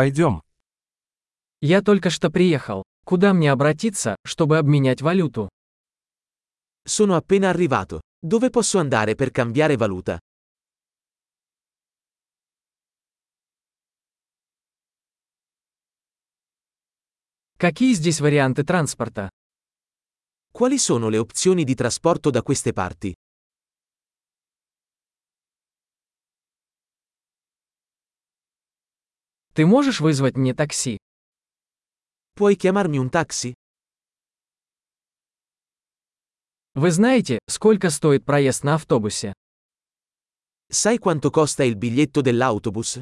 Пойдем. Я только что приехал. Куда мне обратиться, чтобы обменять валюту? Sono appena arrivato. Dove posso andare per cambiare valuta? Какие здесь варианты транспорта? Quali sono le opzioni di trasporto da queste parti? Ты можешь вызвать мне такси? Puoi chiamarmi un taxi? Вы знаете, сколько стоит проезд на автобусе? Sai quanto costa il biglietto dell'autobus?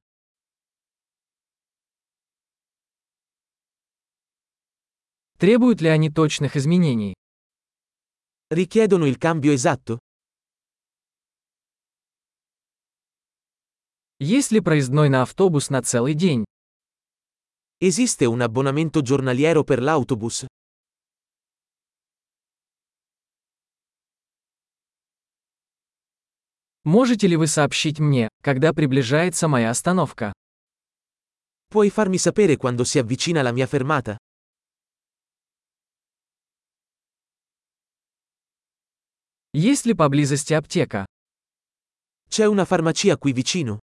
Требуют ли они точных изменений? Richiedono il cambio esatto? Есть ли проездной на автобус на целый день? Esiste un abbonamento giornaliero per l'autobus? Можете ли вы сообщить мне, когда приближается моя остановка? Puoi farmi sapere quando si avvicina la mia fermata? Есть ли поблизости аптека? C'è una farmacia qui vicino?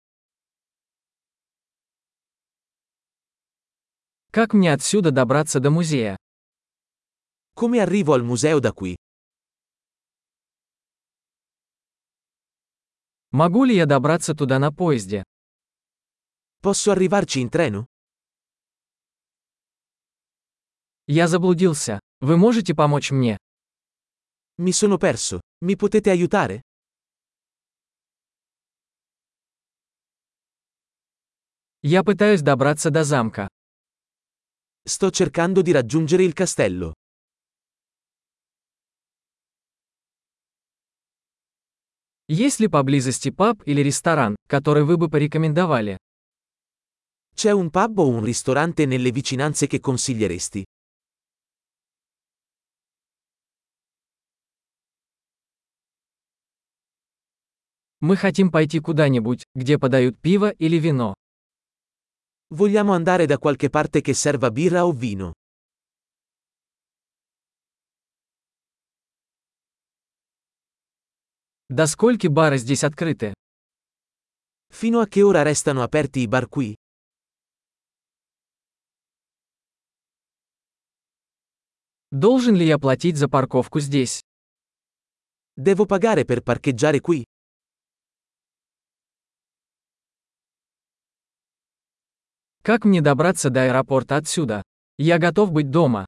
Как мне отсюда добраться до музея? Come arrivo al museo da qui? Могу ли я добраться туда на поезде? Posso arrivarci in treno? Я заблудился. Вы можете помочь мне? Mi sono perso. Mi potete aiutare? Я пытаюсь добраться до замка. Sto cercando di raggiungere il castello. Есть ли поблизости паб или ресторан, который вы бы порекомендовали? C'è un pub o un ristorante nelle vicinanze che consiglieresti? Мы хотим пойти куда-нибудь, где подают пиво или вино. Vogliamo andare da qualche parte che serva birra o vino? До скольки бары здесь открыты? Fino a che ora restano aperti i bar qui? Должен ли я платить за парковку здесь? Devo pagare per parcheggiare qui? Как мне добраться до аэропорта отсюда? Я готов быть дома.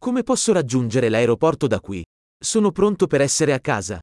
Come posso raggiungere l'aeroporto da qui? Sono pronto per essere a casa.